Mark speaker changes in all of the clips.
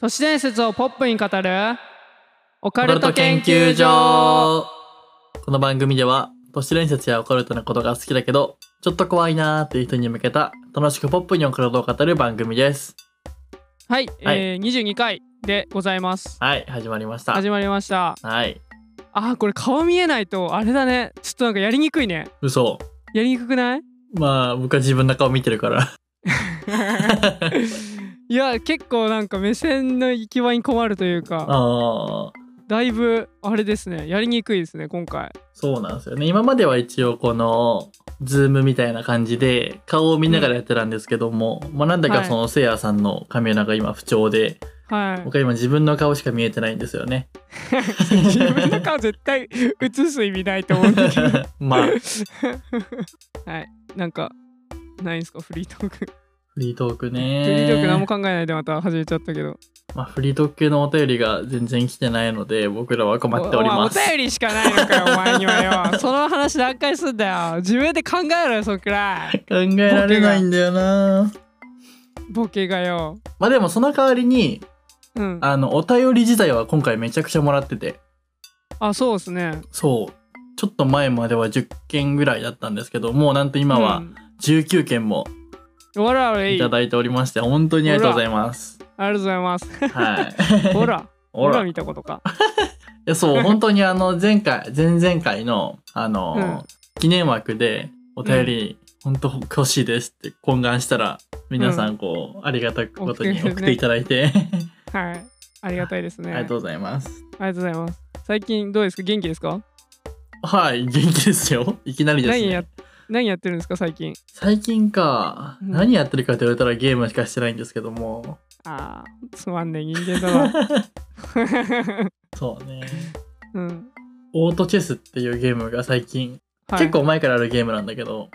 Speaker 1: 都市伝説をポップに語るオカ
Speaker 2: オカル
Speaker 1: ル
Speaker 2: ト
Speaker 1: ト
Speaker 2: 研
Speaker 1: 研
Speaker 2: 究
Speaker 1: 究所
Speaker 2: 所この番組では都市伝説やオカルトなことが好きだけどちょっと怖いなーっていう人に向けた楽しくポップにオカルトを語る番組です
Speaker 1: はい、
Speaker 2: はい
Speaker 1: えー、22回でございます
Speaker 2: はい始まりました
Speaker 1: 始まりました
Speaker 2: はい
Speaker 1: あーこれ顔見えないとあれだねちょっとなんかやりにくいね
Speaker 2: 嘘
Speaker 1: やりにくくない
Speaker 2: まあ僕は自分の顔見てるから
Speaker 1: いや結構なんか目線の行き場に困るというか
Speaker 2: ああ
Speaker 1: だいぶあれですねやりにくいですね今回
Speaker 2: そうなんですよね今までは一応このズームみたいな感じで顔を見ながらやってたんですけども、まあなんだ
Speaker 1: は
Speaker 2: か
Speaker 1: い
Speaker 2: そのせいやさんのカメラが今不調で、
Speaker 1: はい
Speaker 2: 僕は今自分の顔しか見えてないんです よね
Speaker 1: 自分の顔絶対映す意味ない と思うんだけど
Speaker 2: まあ
Speaker 1: はいなんかないんすかフリートーク
Speaker 2: フリートーク
Speaker 1: フ
Speaker 2: ね
Speaker 1: リートーク何も考えないでまた始めちゃったけど
Speaker 2: まあ、フリートーク系のお便りが全然来てないので僕らは困っております
Speaker 1: おおお便りしかないのかよお前にはよその話何回すんだよ自分で考えろよそんくらい
Speaker 2: 考えられないんだよな
Speaker 1: ボケがよ
Speaker 2: まあでもその代わりに
Speaker 1: うんあ
Speaker 2: あのお便り自体は今回めちゃくちゃもらってて
Speaker 1: そうですね
Speaker 2: そうちょっと前までは10件ぐらいだったんですけどもうなんと今は
Speaker 1: うん
Speaker 2: 19件も
Speaker 1: わらわらいい
Speaker 2: い
Speaker 1: あり
Speaker 2: た
Speaker 1: が
Speaker 2: だいておりまして本当にありがとうございます
Speaker 1: とうございます
Speaker 2: はい
Speaker 1: ほら
Speaker 2: ほ
Speaker 1: ほ
Speaker 2: ら
Speaker 1: ら
Speaker 2: い
Speaker 1: 見たことか
Speaker 2: やそ う本当にあの前回前々回のあの、
Speaker 1: うん
Speaker 2: 記念枠でお便り、本当欲しいですって懇願したら皆さんこう、ありがたくことに
Speaker 1: 送
Speaker 2: 送
Speaker 1: ってくれてね
Speaker 2: っていただい て、
Speaker 1: はいありがたいですね
Speaker 2: ありがとうございます
Speaker 1: ありがとうございます最近どうですか元気ですか
Speaker 2: はい元気ですよいきなりです
Speaker 1: 何
Speaker 2: ね
Speaker 1: や何やってるんですか最近
Speaker 2: 最近か、
Speaker 1: うん
Speaker 2: 何やってるかって言われたらゲームしかしてないんですけども
Speaker 1: あーつまんねえ人間だわ
Speaker 2: そうね
Speaker 1: うん、
Speaker 2: オートチェスっていうゲームが最近、
Speaker 1: はい
Speaker 2: 結構前からあるゲームなんだけど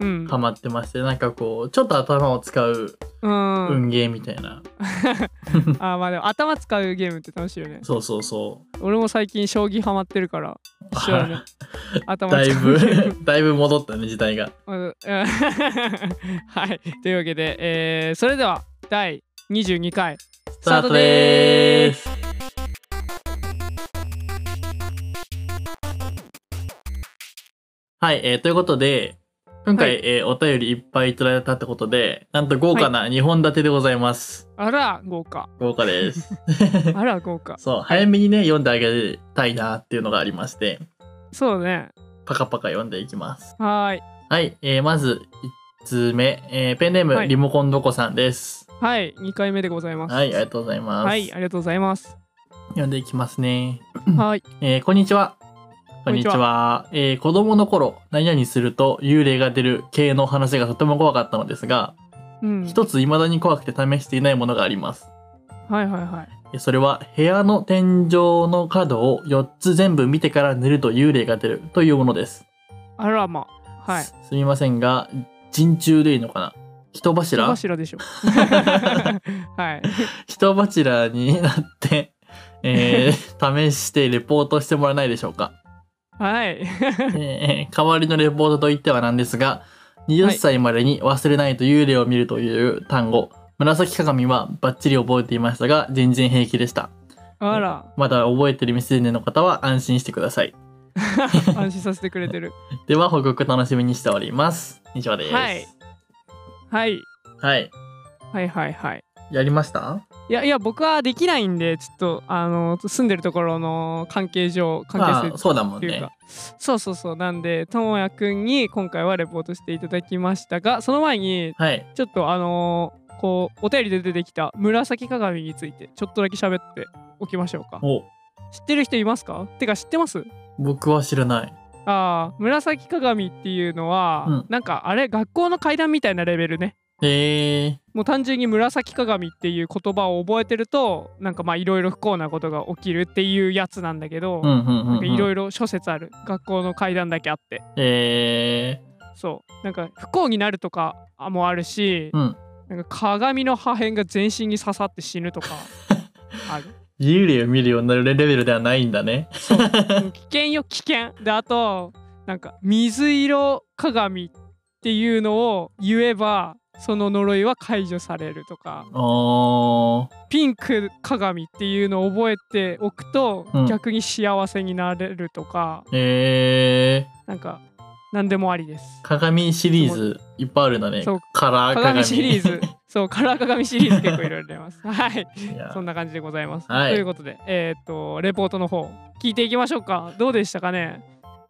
Speaker 1: うん
Speaker 2: ハマってましてなんかこうちょっと頭を使う
Speaker 1: うん、
Speaker 2: 運ゲーみたいな、
Speaker 1: あーまあでも頭使うゲームって楽しいよね
Speaker 2: そうそうそ
Speaker 1: 俺も最近将棋ハマってるから
Speaker 2: う
Speaker 1: 一緒だ ね頭
Speaker 2: だい
Speaker 1: 使う ゲーム
Speaker 2: ぶ だいぶ戻ったね時代が
Speaker 1: うんはいというわけで、えーそれでは第22回
Speaker 2: ス
Speaker 1: ス
Speaker 2: タートでーすはい、えーということで、今回、
Speaker 1: はい
Speaker 2: えーお便りいっぱいいただいたってことで、なんと豪華な2本立てでございます。
Speaker 1: あら豪 華
Speaker 2: 豪華 です。
Speaker 1: あら豪華
Speaker 2: そう、早めにね、読んであげたいなっていうのがありまして、
Speaker 1: そうね
Speaker 2: パカパカ読んでいきます。
Speaker 1: はーい
Speaker 2: はい、えーまず1通目、えーペンネーム、
Speaker 1: はい
Speaker 2: リモコンどこさんです。
Speaker 1: はい2回目でございます
Speaker 2: はい、ありがとうございます。
Speaker 1: はいありがとうございます
Speaker 2: 読んでいきますね。
Speaker 1: はい
Speaker 2: えーこんにちは。
Speaker 1: こんにちは
Speaker 2: えー子供の頃、何々すると幽霊が出る系の話がとても怖かったのですが、
Speaker 1: うん
Speaker 2: 一つ未だに怖くて試していないものがあります。
Speaker 1: はいはいはい
Speaker 2: えーそれは、部屋の天井の角を4つ全部見てから寝ると幽霊が出るというものです。
Speaker 1: あらまあはい
Speaker 2: す。すみませんが、人中でいいのかな人
Speaker 1: 戸
Speaker 2: 柱
Speaker 1: 柱で しょはい
Speaker 2: 人柱になって、え ー試してレポートしてもらえないでしょうか
Speaker 1: はい
Speaker 2: えー代わりのレポートといってはなんですが20歳までに忘れないと幽霊を見るという単語、紫鏡はバッチリ覚えていましたが全然平気でした
Speaker 1: あ ら
Speaker 2: まだ覚えてる未成年の方は安心してください
Speaker 1: 安心させてくれてる
Speaker 2: では報告楽しみにしております以上です
Speaker 1: はい、はい
Speaker 2: はい
Speaker 1: はいはいはい
Speaker 2: やりました
Speaker 1: いやいや僕はできないんでちょっとあの住んでるところの関係上関係
Speaker 2: あ
Speaker 1: 性
Speaker 2: そうだも
Speaker 1: っ
Speaker 2: ん
Speaker 1: ていう
Speaker 2: ね
Speaker 1: かそうそうそうなんでともやくんに今回はレポートしていただきましたがその前に
Speaker 2: はい
Speaker 1: ちょっとあのこうお便りで出てきた紫鏡についてちょっとだけ喋っておきましょうか
Speaker 2: お
Speaker 1: 知ってる人いますかてか知ってます
Speaker 2: 僕は知らない
Speaker 1: ああ紫鏡っていうのは、
Speaker 2: うん
Speaker 1: なんかあれ学校の階段みたいなレベルね
Speaker 2: へえ
Speaker 1: もう単純に紫鏡っていう言葉を覚えてるとなんかまあいろいろ不幸なことが起きるっていうやつなんだけど、
Speaker 2: ー、うんうんうん、うん、
Speaker 1: いろいろ諸説ある学校の階段だけあって
Speaker 2: え
Speaker 1: そうなんか不幸になるとかあもあるし、
Speaker 2: うん
Speaker 1: なんか鏡の破片が全身に刺さって死ぬ とかある
Speaker 2: ー、幽霊を見るようになるレベルではないんだね
Speaker 1: もう危険よ危険であとなんか水色鏡っていうのを言えばその呪いは解除されるとか
Speaker 2: あ
Speaker 1: ピンク鏡っていうのを覚えておくと、
Speaker 2: うん
Speaker 1: 逆に幸せになれるとか
Speaker 2: ーえ
Speaker 1: なんか何でもありです
Speaker 2: ー、鏡シリーズいっぱいあるんだね
Speaker 1: そう
Speaker 2: カラー鏡
Speaker 1: 鏡シリー ズそうカラー鏡シリーズ結構いろいろあります はい
Speaker 2: いや
Speaker 1: そんな感じでございます、
Speaker 2: はい
Speaker 1: ということでえーっとレポートの方聞いていきましょうかどうでしたかね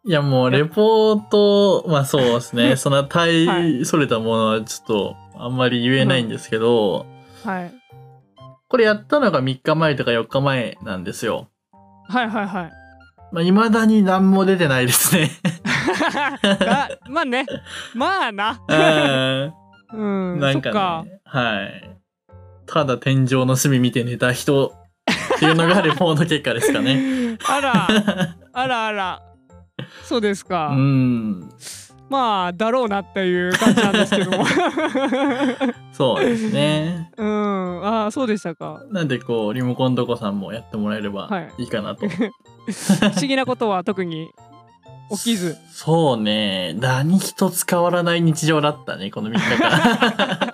Speaker 2: いやもうレポートまあそうですねそん
Speaker 1: は
Speaker 2: な大それたものはちょっとあんまり言えないんですけど、
Speaker 1: はい
Speaker 2: これやったのが3日前とか4日前なんですよ
Speaker 1: はいはい はい
Speaker 2: まあ、未だに何も出てないですね。
Speaker 1: あまあねまあな
Speaker 2: うん
Speaker 1: うん
Speaker 2: なん
Speaker 1: そっか
Speaker 2: か、ね、はい。ただ天井の隅見て寝た人っていうのがレポート結果ですかね。
Speaker 1: あ らあらあらそうですか、
Speaker 2: うん。
Speaker 1: まあだろうなっていう感じなんですけど も
Speaker 2: そうですね。
Speaker 1: うんああそうでしたか
Speaker 2: なんでこう、リモコンどこさんもやってもらえれば
Speaker 1: はい
Speaker 2: いいかな と。
Speaker 1: 不思議なことは特に起きず
Speaker 2: そうね。何一つ変わらない日常だったね、この3日 間。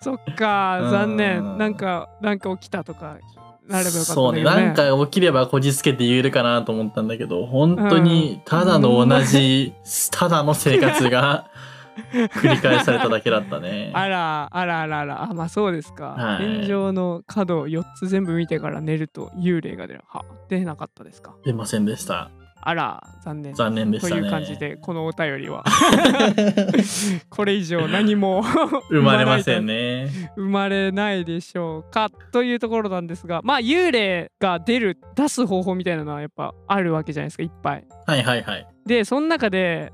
Speaker 1: そっか
Speaker 2: うん
Speaker 1: 残念なんかなんか起きたとかなればよかったんだけどね
Speaker 2: そうね。なんか起きればこじつけて言えるかなと思ったんだけど、本当にただの同じ、 ただの生 活が繰り返されただけだったね。
Speaker 1: あらあらあらあらあまあそうですか、
Speaker 2: は
Speaker 1: 天
Speaker 2: い
Speaker 1: 井の角を4つ全部見てから寝ると幽霊が出るは出なかったですか
Speaker 2: 出ませんでした。
Speaker 1: あら残念
Speaker 2: 残念でしたね。
Speaker 1: という感じでこのお便り は これ以上何も
Speaker 2: 生まれませんね。
Speaker 1: 生まれないでしょうかというところなんですがまあ幽霊が出る出す方法みたいなのはやっぱあるわけじゃないですかいっぱい。
Speaker 2: はいはいはい。
Speaker 1: でその中で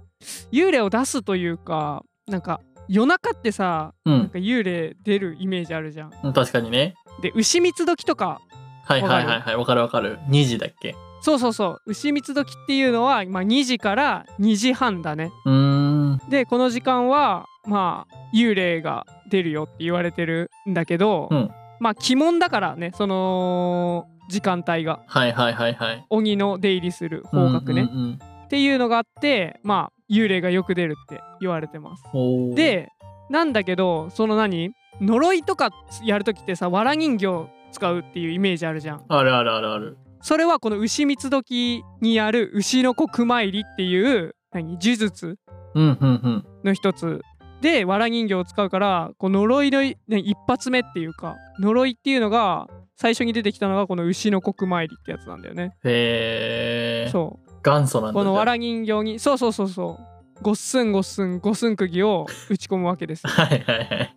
Speaker 1: 幽霊を出すというかなんか夜中ってさ
Speaker 2: う
Speaker 1: なん
Speaker 2: ん。
Speaker 1: か幽霊出るイメージあるじゃん。
Speaker 2: 確かにね。
Speaker 1: で牛三つ時とか
Speaker 2: はいはいはいはい。わかるわかる。2時だっけ
Speaker 1: そうそうそう牛三つ時っていうのは、まあ、2時から2時半だね。
Speaker 2: うーん。
Speaker 1: でこの時間はまあ幽霊が出るよって言われてるんだけど、
Speaker 2: うん
Speaker 1: まあ鬼門だからねその時間帯が
Speaker 2: はいはいはいはい。
Speaker 1: 鬼の出入りする方角ね、
Speaker 2: うんうん
Speaker 1: っていうのがあってまあ幽霊がよく出るって言われてます。
Speaker 2: うん、おー、
Speaker 1: でなんだけどその何呪いとかやるときってさ藁人形使うっていうイメージあるじゃん。
Speaker 2: あるあるあるある。
Speaker 1: それはこの牛三つ時にやる牛の子熊入りっていう何呪術
Speaker 2: うんうんうん。
Speaker 1: の一つで藁人形を使うからこう呪いのいね一発目っていうか呪いっていうのが最初に出てきたのがこの牛の国参りってやつなんだよね。
Speaker 2: へえ。
Speaker 1: そ
Speaker 2: 元祖な
Speaker 1: うん
Speaker 2: だ
Speaker 1: この
Speaker 2: じゃあ
Speaker 1: 藁人形にそうそうそうそうごっすんごっすんごっすん釘を打ち込むわけ ですよ。
Speaker 2: はいはいはい。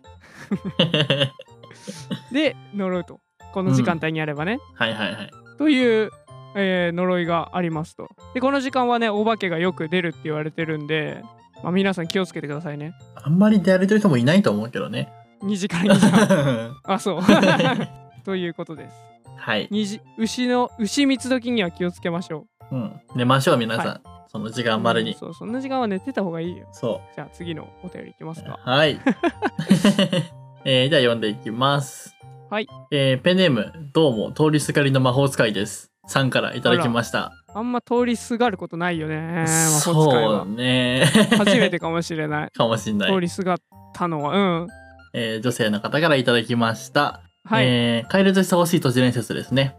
Speaker 1: で呪うとこの時間帯にやればね。
Speaker 2: はいはいはい。
Speaker 1: という、えー呪いがありますと。でこの時間はねお化けがよく出るって言われてるんで、まあ、皆さん気をつけてくださいね。
Speaker 2: あんまりやれてる人もいないと思うけどね。
Speaker 1: 2時から2時 半。
Speaker 2: は
Speaker 1: あそう。 ということです。
Speaker 2: い、
Speaker 1: 虹牛の牛三つ時には気をつけましょ
Speaker 2: うん。寝ましょう、皆さん。
Speaker 1: は
Speaker 2: その時
Speaker 1: う。
Speaker 2: 間まで
Speaker 1: う
Speaker 2: に
Speaker 1: ん。そう、そんな時間は寝てた方がいいよ。
Speaker 2: そ
Speaker 1: じゃあ次のお便りいきます
Speaker 2: う。
Speaker 1: か。
Speaker 2: はい。えー、じゃあ読んでいきます。
Speaker 1: はい。
Speaker 2: えー、ペンネーム、どうも、通りすがりの魔法使いです。さんからいただきました。
Speaker 1: あんま通りすがることないよね。魔法使い
Speaker 2: そ
Speaker 1: は
Speaker 2: う。ね。
Speaker 1: 初めてかもしれない。
Speaker 2: かもしんな
Speaker 1: 通
Speaker 2: い、
Speaker 1: りすがったのは、うん。
Speaker 2: えー女性の方からいただきました。
Speaker 1: はい、
Speaker 2: えー、怪力してほしい都市伝説ですね。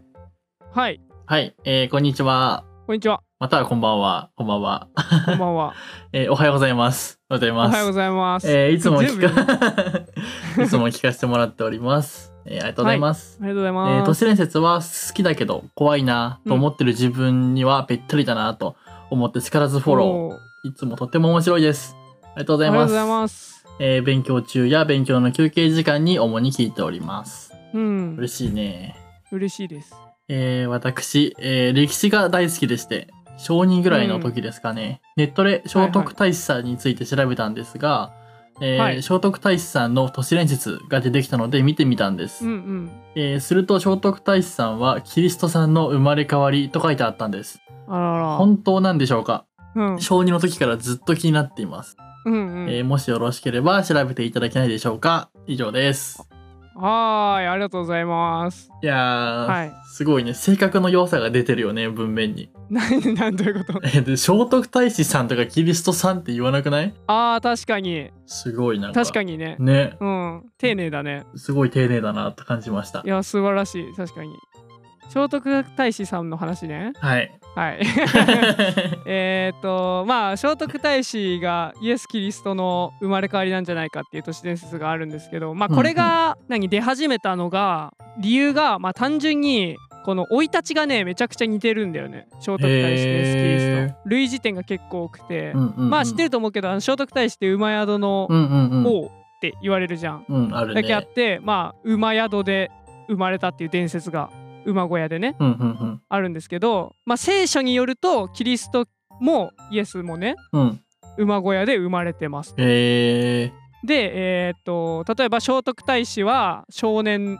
Speaker 1: はい。
Speaker 2: はい。えー、こんにちは。
Speaker 1: こんにちは。
Speaker 2: またはこんばんは。こんばんは。
Speaker 1: こんばん は。
Speaker 2: えーおはようございます。おはよう
Speaker 1: お
Speaker 2: ございます。
Speaker 1: はようございます。
Speaker 2: えーいつも
Speaker 1: 全部
Speaker 2: 聞
Speaker 1: 言う
Speaker 2: か、 いつも聞かせてもらっております。えーありがとうございます。
Speaker 1: ありがとうござい
Speaker 2: えー
Speaker 1: ま
Speaker 2: 都
Speaker 1: す。
Speaker 2: 市伝説は好きだけど怖いなと思ってる自分にはべったりだなと思って力ずフォロ
Speaker 1: おー
Speaker 2: ー。いつもとても面白いです。ありがとうご
Speaker 1: あ
Speaker 2: ざい
Speaker 1: りがとう
Speaker 2: ま
Speaker 1: ご
Speaker 2: す。
Speaker 1: ざいます。
Speaker 2: えー勉強中や勉強の休憩時間に主に聞いております。
Speaker 1: うん。
Speaker 2: 嬉しいね。
Speaker 1: 嬉しいです。
Speaker 2: えー私、えー歴史が大好きでして、小2ぐらいの時ですかね、ネットで聖徳太子さんについて調べたんですが、えー
Speaker 1: はい
Speaker 2: 聖徳太子さんの都市伝説が出てきたので見てみたんです。
Speaker 1: うんうん。
Speaker 2: えーすると聖徳太子さんはキリストさんの生まれ変わりと書いてあったんです。
Speaker 1: あらら。
Speaker 2: 本当なんでしょうか
Speaker 1: うん。
Speaker 2: 小2の時からずっと気になっています。
Speaker 1: うんう
Speaker 2: えー
Speaker 1: ん。
Speaker 2: もしよろしければ調べていただけないでしょうか以上です。
Speaker 1: はーいありがとうございます
Speaker 2: いやー、
Speaker 1: はい
Speaker 2: すごいね性格の良さが出てるよね文面に
Speaker 1: 何何という こと
Speaker 2: えで聖徳太子さんとかキリストさんって言わなくない
Speaker 1: あー確かに
Speaker 2: すごいなんか
Speaker 1: 確かにね
Speaker 2: にね
Speaker 1: うん丁寧だね
Speaker 2: すごい丁寧だなと感じました
Speaker 1: いや素晴らしい確かに聖徳太子さんの話ね
Speaker 2: はい
Speaker 1: はい えーっとまあ聖徳太子がイエス・キリストの生まれ変わりなんじゃないかっていう都市伝説があるんですけどまあこれが何出始めたのが理由がまあ単純にこの生い立ちがねめちゃくちゃ似てるんだよね聖徳太子とイエス・キリ
Speaker 2: へ
Speaker 1: ス
Speaker 2: ー
Speaker 1: ト類似点が結構多くて、
Speaker 2: うんうんうん
Speaker 1: まあ知ってると思うけどあの聖徳太子って馬宿の
Speaker 2: うんうんうん
Speaker 1: 王って言われるじゃん
Speaker 2: うんある
Speaker 1: だけあっ
Speaker 2: ね
Speaker 1: て、まあ馬宿で生まれたっていう伝説が馬小屋でね
Speaker 2: うんうん
Speaker 1: あるんですけど、まあ、聖書によるとキリストもイエスもね
Speaker 2: うんうん
Speaker 1: 馬小屋で生まれてます。
Speaker 2: え
Speaker 1: で、えーっと例えば聖徳太子は少年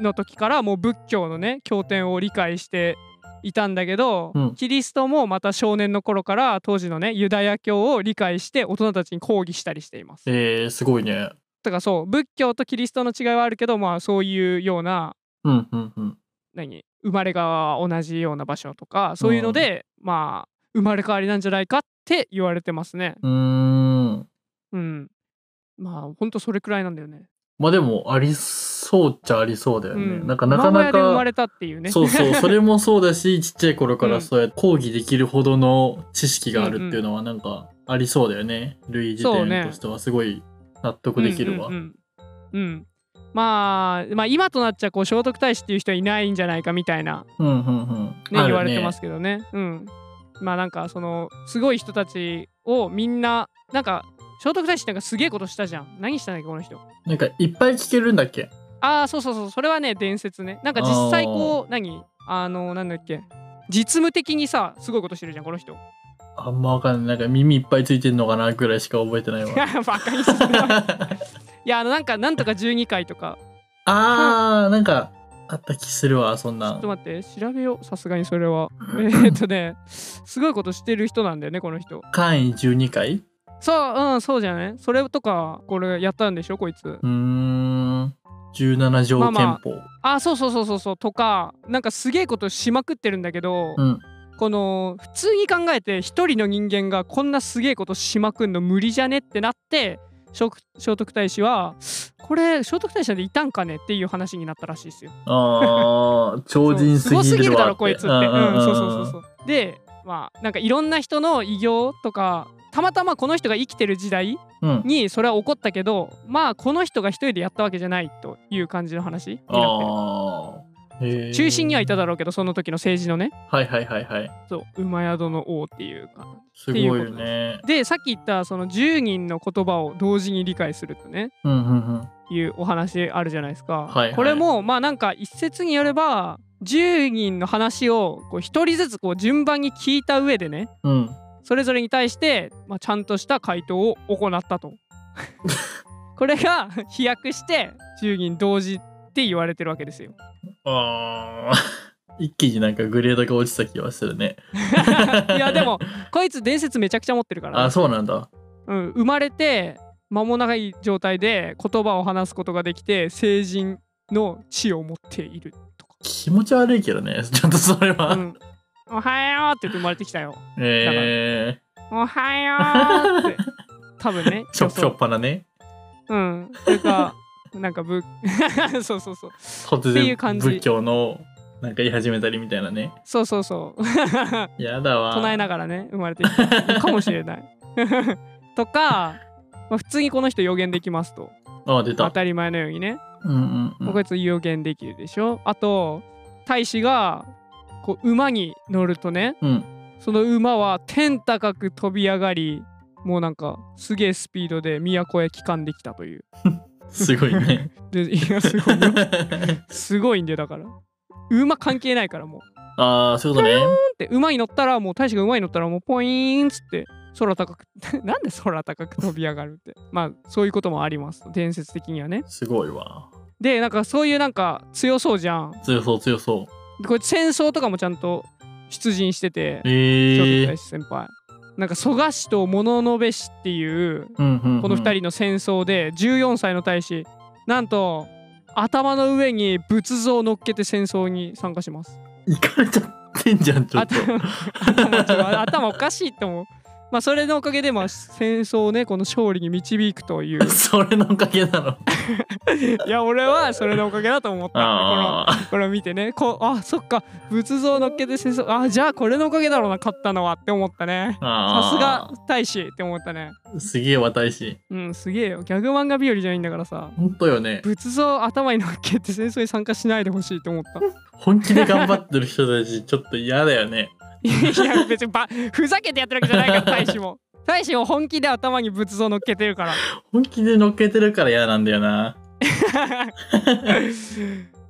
Speaker 1: の時からもう仏教のね経典を理解していたんだけど、
Speaker 2: うん
Speaker 1: キリストもまた少年の頃から当時のねユダヤ教を理解して大人たちに抗議したりしています。
Speaker 2: ー、えー、すごいね
Speaker 1: だからそう仏教とキリストの違いはあるけどまあそういうような
Speaker 2: うんうんうん
Speaker 1: 何生まれが同じような場所とかそういうので、まあ生まれ変わりなんじゃないかって言われてますね
Speaker 2: うーん
Speaker 1: うんまあほんとそれくらいなんだよね
Speaker 2: まあでもありそうっちゃありそうだよね、
Speaker 1: うん
Speaker 2: なんかなかな
Speaker 1: 馬小屋で生ま
Speaker 2: か
Speaker 1: れたっていうね
Speaker 2: そ うそうそれもそうだしちっちゃい頃か
Speaker 1: う
Speaker 2: ら
Speaker 1: ん
Speaker 2: そうやって講義できるほどの知識があるっていうのはなんかありそうだよね類似
Speaker 1: そう
Speaker 2: 点
Speaker 1: ね
Speaker 2: としてはすごい納得できるわ
Speaker 1: うんうんうんうんまあ、まあ今となっちゃこう聖徳太子っていう人はいないんじゃないかみたいな、
Speaker 2: うんうんうん
Speaker 1: ね
Speaker 2: ある
Speaker 1: 言われてますけどねうんまあなんかそのすごい人たちをみんななんか聖徳太子ってなんかすげえことしたじゃん何したんだっけこの人
Speaker 2: なんかいっぱい聞けるんだっけ
Speaker 1: ああそうそうそうそれはね伝説ねなんか実際こう何あのなんだっけ実務的にさすごいことしてるじゃんこの人
Speaker 2: あんまわかんないなんか耳いっぱいついてんのかなぐらいしか覚えてないわ
Speaker 1: バカにするないやあのなんかなんとか12回とか
Speaker 2: あーなんかあった気するわそん
Speaker 1: ちょ
Speaker 2: な
Speaker 1: っ
Speaker 2: ん
Speaker 1: と待って調べようさすがにそれは えーっとねすごいことしてる人なんだよねこの人
Speaker 2: 簡易12回
Speaker 1: そううんそうじゃないそれとかこれやったんでしょこいつ
Speaker 2: うーん17条
Speaker 1: まあ
Speaker 2: 憲法、
Speaker 1: まあーそうそうそうそうそうとかなんかすげえことしまくってるんだけど、
Speaker 2: うん
Speaker 1: この普通に考えて一人の人間がこんなすげえことしまくんの無理じゃねってなって聖聖徳太子はこれ聖徳太子なんていたんかねっていう話になったらしいですよ。
Speaker 2: あー超人す
Speaker 1: そうすごす
Speaker 2: ぎ
Speaker 1: ぎ
Speaker 2: る
Speaker 1: る
Speaker 2: わ
Speaker 1: だろこいつって。う
Speaker 2: うんうん
Speaker 1: ん
Speaker 2: うん
Speaker 1: そうそうそうそう。でまあなんかいろんな人の偉業とかたまたまこの人が生きてる時代
Speaker 2: うん
Speaker 1: にそれは起こったけどまあこの人が一人でやったわけじゃないという感じの話になってる。
Speaker 2: ああー。
Speaker 1: 中心にはいた
Speaker 2: だ。
Speaker 1: だろうけどその時の政治のね
Speaker 2: はいはいはいはい。
Speaker 1: そう馬宿の王っていうか
Speaker 2: すごいよね。
Speaker 1: でさっき言ったその10人の言葉を同時に理解するとね
Speaker 2: うんうんうん。
Speaker 1: いうお話あるじゃないですか、
Speaker 2: はいはい
Speaker 1: これもまあなんか一説によれば10人の話をこう1人ずつこう順番に聞いた上でね
Speaker 2: うん。
Speaker 1: それぞれに対して、まあ、ちゃんとした回答を行った とこれが飛躍して10人同時って言われてるわけです よ
Speaker 2: ああ。一気になんかグレードが落ちた気はするね。
Speaker 1: いやでもこいつ伝説めちゃくちゃ持ってるからね、
Speaker 2: あそうなんだ。
Speaker 1: うん、生まれて間もない状態で言葉を話すことができて成人の地を持っていると
Speaker 2: 気持ち悪いけどね。 ちょっとそれ
Speaker 1: か、
Speaker 2: は。
Speaker 1: うん、おはようって言って生まれてきたよ
Speaker 2: ええ
Speaker 1: おはようって 多分ね
Speaker 2: しょしょっぱなね。
Speaker 1: うんそれかなんかぶ そうそうそう
Speaker 2: 突
Speaker 1: っていう感
Speaker 2: 然
Speaker 1: じ
Speaker 2: 仏教のなんか言い始めたりみたいなね。
Speaker 1: そうそうそう
Speaker 2: やだわ。
Speaker 1: 唱えながらね生まれてきたかもしれない とか、まあ、普通にこの人予言できますと
Speaker 2: あ出
Speaker 1: 当
Speaker 2: た。
Speaker 1: たり前のようにね
Speaker 2: うんうんうん。
Speaker 1: こいつ予言できるでしょあと大使がこう馬に乗るとね
Speaker 2: うん。
Speaker 1: その馬は天高く飛び上がりもうなんかすげえスピードで都へ帰還できたという
Speaker 2: すごい ね。
Speaker 1: でいや すごいよすごいんでだから馬関係ないからもう
Speaker 2: ああそういうことね。
Speaker 1: で馬に乗ったらもう大使が馬に乗ったらもうポイーンっつって空高く なんで空高く飛び上がるってまあそういうこともあります伝説的にはね
Speaker 2: すごいわ。
Speaker 1: でなんかそういうなんか強そうじゃん
Speaker 2: 強そう強そう。
Speaker 1: これ戦争とかもちゃんと出陣してて聖
Speaker 2: え
Speaker 1: 徳
Speaker 2: え
Speaker 1: 太子先輩なんか蘇我氏と物部氏っていう
Speaker 2: うんうんうん
Speaker 1: この2人の戦争で14歳の大使なんと頭の上に仏像を乗っけて戦争に参加します
Speaker 2: 行かれちゃってんじゃんちょっと
Speaker 1: 頭頭ちょっと頭おかしいって思うまあそれのおかげでまあ戦争をねこの勝利に導くと いう
Speaker 2: それのおかげなの
Speaker 1: いや俺はそれのおかげだと思ったこの
Speaker 2: ああ
Speaker 1: これを見てねこうあそっか仏像乗っけて戦争あじゃあこれのおかげだろうな勝ったのはって思ったねさ
Speaker 2: さ
Speaker 1: すが大使って思ったね
Speaker 2: すげえわ大使
Speaker 1: うんすげえよギャグ漫画日和じゃないんだからさ
Speaker 2: ほんとよね
Speaker 1: 仏像頭に乗っけて戦争に参加しないでほしいと思った
Speaker 2: 本気で頑張ってる人た ちちょっと嫌だよね
Speaker 1: いや別にばふざけてやってるわけじゃないから大使も大使も本気で頭に仏像乗っけてるから
Speaker 2: 本気で乗っけてるから嫌なんだよな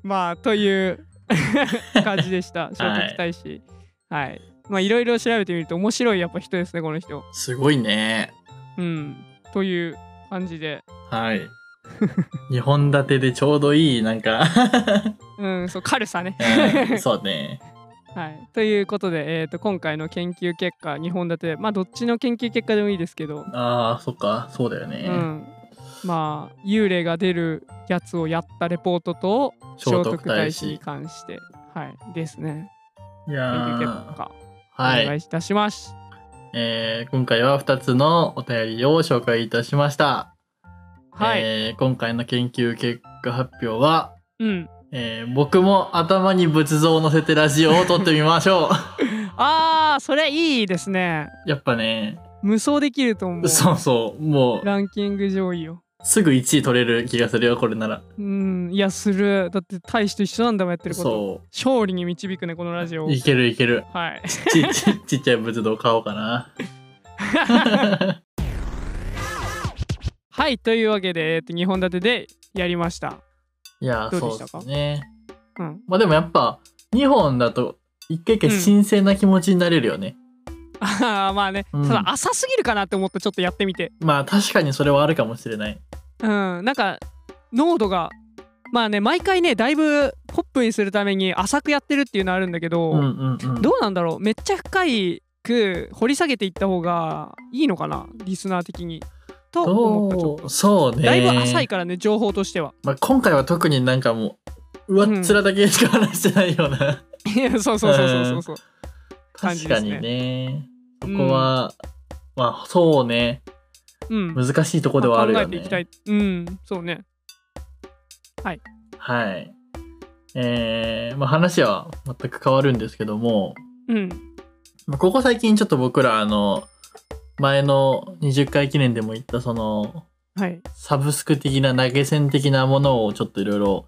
Speaker 1: まあという 感じでした聖徳太子はい、まあいろいろ調べてみると面白いやっぱ人ですねこの人
Speaker 2: すごいね
Speaker 1: うんという感じで
Speaker 2: はい 二本立てでちょうどいいなんか、
Speaker 1: うんそう軽さね
Speaker 2: うんそうね
Speaker 1: はいということで、えー、と今回の研究結果2本立てまあどっちの研究結果でもいいですけど、
Speaker 2: あーそっかそうだよね、
Speaker 1: うんまあ幽霊が出るやつをやったレポートと聖
Speaker 2: 聖徳
Speaker 1: 徳
Speaker 2: 太
Speaker 1: 太子に
Speaker 2: 子
Speaker 1: 関してはいですね
Speaker 2: い
Speaker 1: 研究
Speaker 2: や
Speaker 1: 結
Speaker 2: ー
Speaker 1: 果お
Speaker 2: は
Speaker 1: 願
Speaker 2: い
Speaker 1: いいたします、
Speaker 2: えー今回は2つのお便りを紹介いたしました、
Speaker 1: はい、
Speaker 2: えー今回の研究結果発表は、
Speaker 1: うん
Speaker 2: えー僕も頭に仏像を乗せてラジオを撮ってみま しょ
Speaker 1: あーそれいいですね
Speaker 2: うやっぱね
Speaker 1: 無双できると思う
Speaker 2: そうそうもう
Speaker 1: ランキング上位よ
Speaker 2: すぐ1位取れる気がするよこれなら
Speaker 1: うんいやするだって大使と一緒なんだもんやってること
Speaker 2: そ
Speaker 1: 勝利に導くねこのラジオを
Speaker 2: ういけるいける
Speaker 1: はい
Speaker 2: ちち ちっちゃい仏像買おうかな
Speaker 1: はいというわけで、えー、と2本立てでやりました
Speaker 2: いや
Speaker 1: どうで
Speaker 2: そ
Speaker 1: し
Speaker 2: う
Speaker 1: た
Speaker 2: で
Speaker 1: か
Speaker 2: すね
Speaker 1: うん
Speaker 2: まあでもやっぱ2本だと一回一回新鮮な気持ちになれるよね、
Speaker 1: あーまあね、
Speaker 2: うん
Speaker 1: ただ浅すぎるかなって思ってちょっとやってみて
Speaker 2: まあ確かにそれはあるかもしれない
Speaker 1: うんなんか濃度がまあね毎回ねだいぶポップにするために浅くやってるっていうのはあるんだけど、
Speaker 2: うんうんうん
Speaker 1: どうなんだろうめっちゃ深いく掘り下げていった方がいいのかなリスナー的にと思ったちょっ
Speaker 2: どうそうね
Speaker 1: とだいぶ浅いからね情報としては
Speaker 2: まあ、今回は特になんかもううわっ
Speaker 1: うん
Speaker 2: 面だけしか話してないような、
Speaker 1: いやそうそうそうそうそうそう感じ
Speaker 2: 確
Speaker 1: で
Speaker 2: か
Speaker 1: すね
Speaker 2: にねそこは、まあそうね
Speaker 1: うん
Speaker 2: 難しいとこではある
Speaker 1: ま
Speaker 2: よ
Speaker 1: あ
Speaker 2: ね、
Speaker 1: 考えていきたいうんそうね
Speaker 2: はい。えーまあ、話は全く変わるんですけども、
Speaker 1: うん
Speaker 2: まあここ最近ちょっと僕らあの、前の20回記念でも言ったその、
Speaker 1: はい
Speaker 2: サブスク的な投げ銭的なものをちょっといろいろ、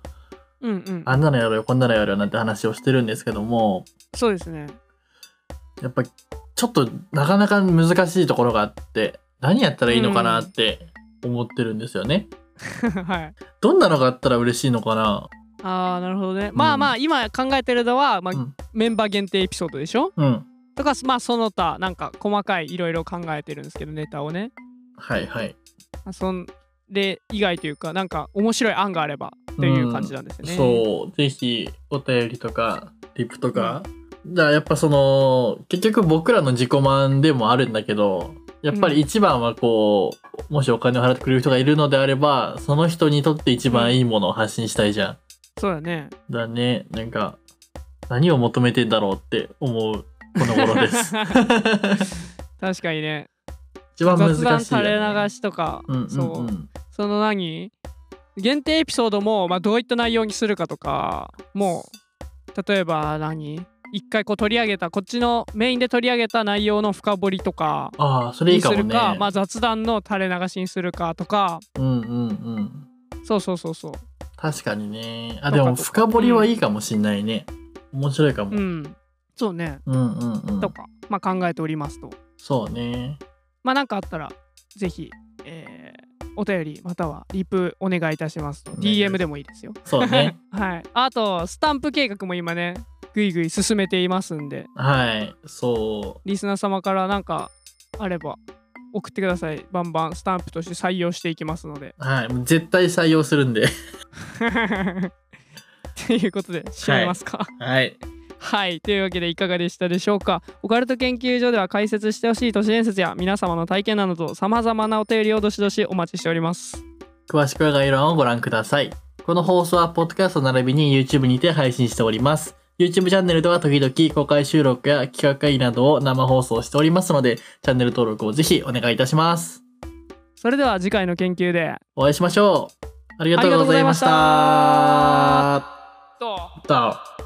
Speaker 1: うんうん
Speaker 2: あんなのやろうよ、こんなのやろうよなんて話をしてるんですけども、
Speaker 1: そうですね
Speaker 2: やっぱちょっとなかなか難しいところがあって、何やったらいいのかなって思ってるんですよね。
Speaker 1: はい
Speaker 2: どんなのがあったら嬉しいのかな
Speaker 1: あーなるほどねまあまあ今考えてるのは、まあ
Speaker 2: うん
Speaker 1: メンバー限定エピソードでしょ
Speaker 2: うん。
Speaker 1: とかまあその他なんか細かいいろいろ考えてるんですけどネタをね
Speaker 2: はいはい。
Speaker 1: まあそんで以外というかなんか面白い案があればという感じなんですよね、
Speaker 2: そう、ぜひお便りとか、リプとか。だからやっぱその、結局僕らの自己満でもあるんだけど、やっぱり一番はこう、もしお金を払ってくれる人がいるのであれば、その人にとって一番いいものを発信したいじゃん。
Speaker 1: そうだね。
Speaker 2: だね、なんか、何を求めてんだろうって思う、この頃です。
Speaker 1: 確かに ね。
Speaker 2: 一番難しい
Speaker 1: 雑
Speaker 2: よね、
Speaker 1: 談垂れ流しとか、
Speaker 2: うんうんうん、
Speaker 1: そうその何限定エピソードも、まあ、どういった内容にするかとかもう例えば何一回こう取り上げたこっちのメインで取り上げた内容の深掘りとか
Speaker 2: ああ、それいい
Speaker 1: にす
Speaker 2: かも
Speaker 1: る
Speaker 2: ね。
Speaker 1: か、まあ、雑談の垂れ流しにするかとか
Speaker 2: うんうんうん。
Speaker 1: そうそうそうそう
Speaker 2: 確かにね。あ、
Speaker 1: と
Speaker 2: で
Speaker 1: か
Speaker 2: も深掘りはいいかもしんないね。面白いかも。
Speaker 1: うんそうね
Speaker 2: うんうんうん
Speaker 1: と。か、まあ、考えておりますと
Speaker 2: そうね。
Speaker 1: まあなんかあったらぜひ、えーお便りまたはリプお願いいたしますと
Speaker 2: お願いします
Speaker 1: DM でもいいですよ
Speaker 2: そ うね。
Speaker 1: はいあとスタンプ計画も今ねぐいぐい進めていますんで
Speaker 2: はい。そ
Speaker 1: リスナー様からなんかあれば送ってくださいバンバンスタンプとして採用していきますので
Speaker 2: う。はい。もう絶対採用するんで。
Speaker 1: ということで締めますか
Speaker 2: はい。
Speaker 1: はいというわけでいかがでしたでしょうかオカルト研究所では解説してほしい都市伝説や皆様の体験などとさまざまなお便りをどしどしお待ちしております
Speaker 2: 詳しくは概要欄をご覧ください。この放送はポッドキャスト並びに YouTube にて配信しております。YouTube チャンネルでは時々公開収録や企画会議などを生放送しておりますので、チャンネル登録をぜひお願いいたします。
Speaker 1: それでは次回の研究で
Speaker 2: お会いしましょう。ありがとうございまし
Speaker 1: ありがとうござい
Speaker 2: た。
Speaker 1: どう
Speaker 2: また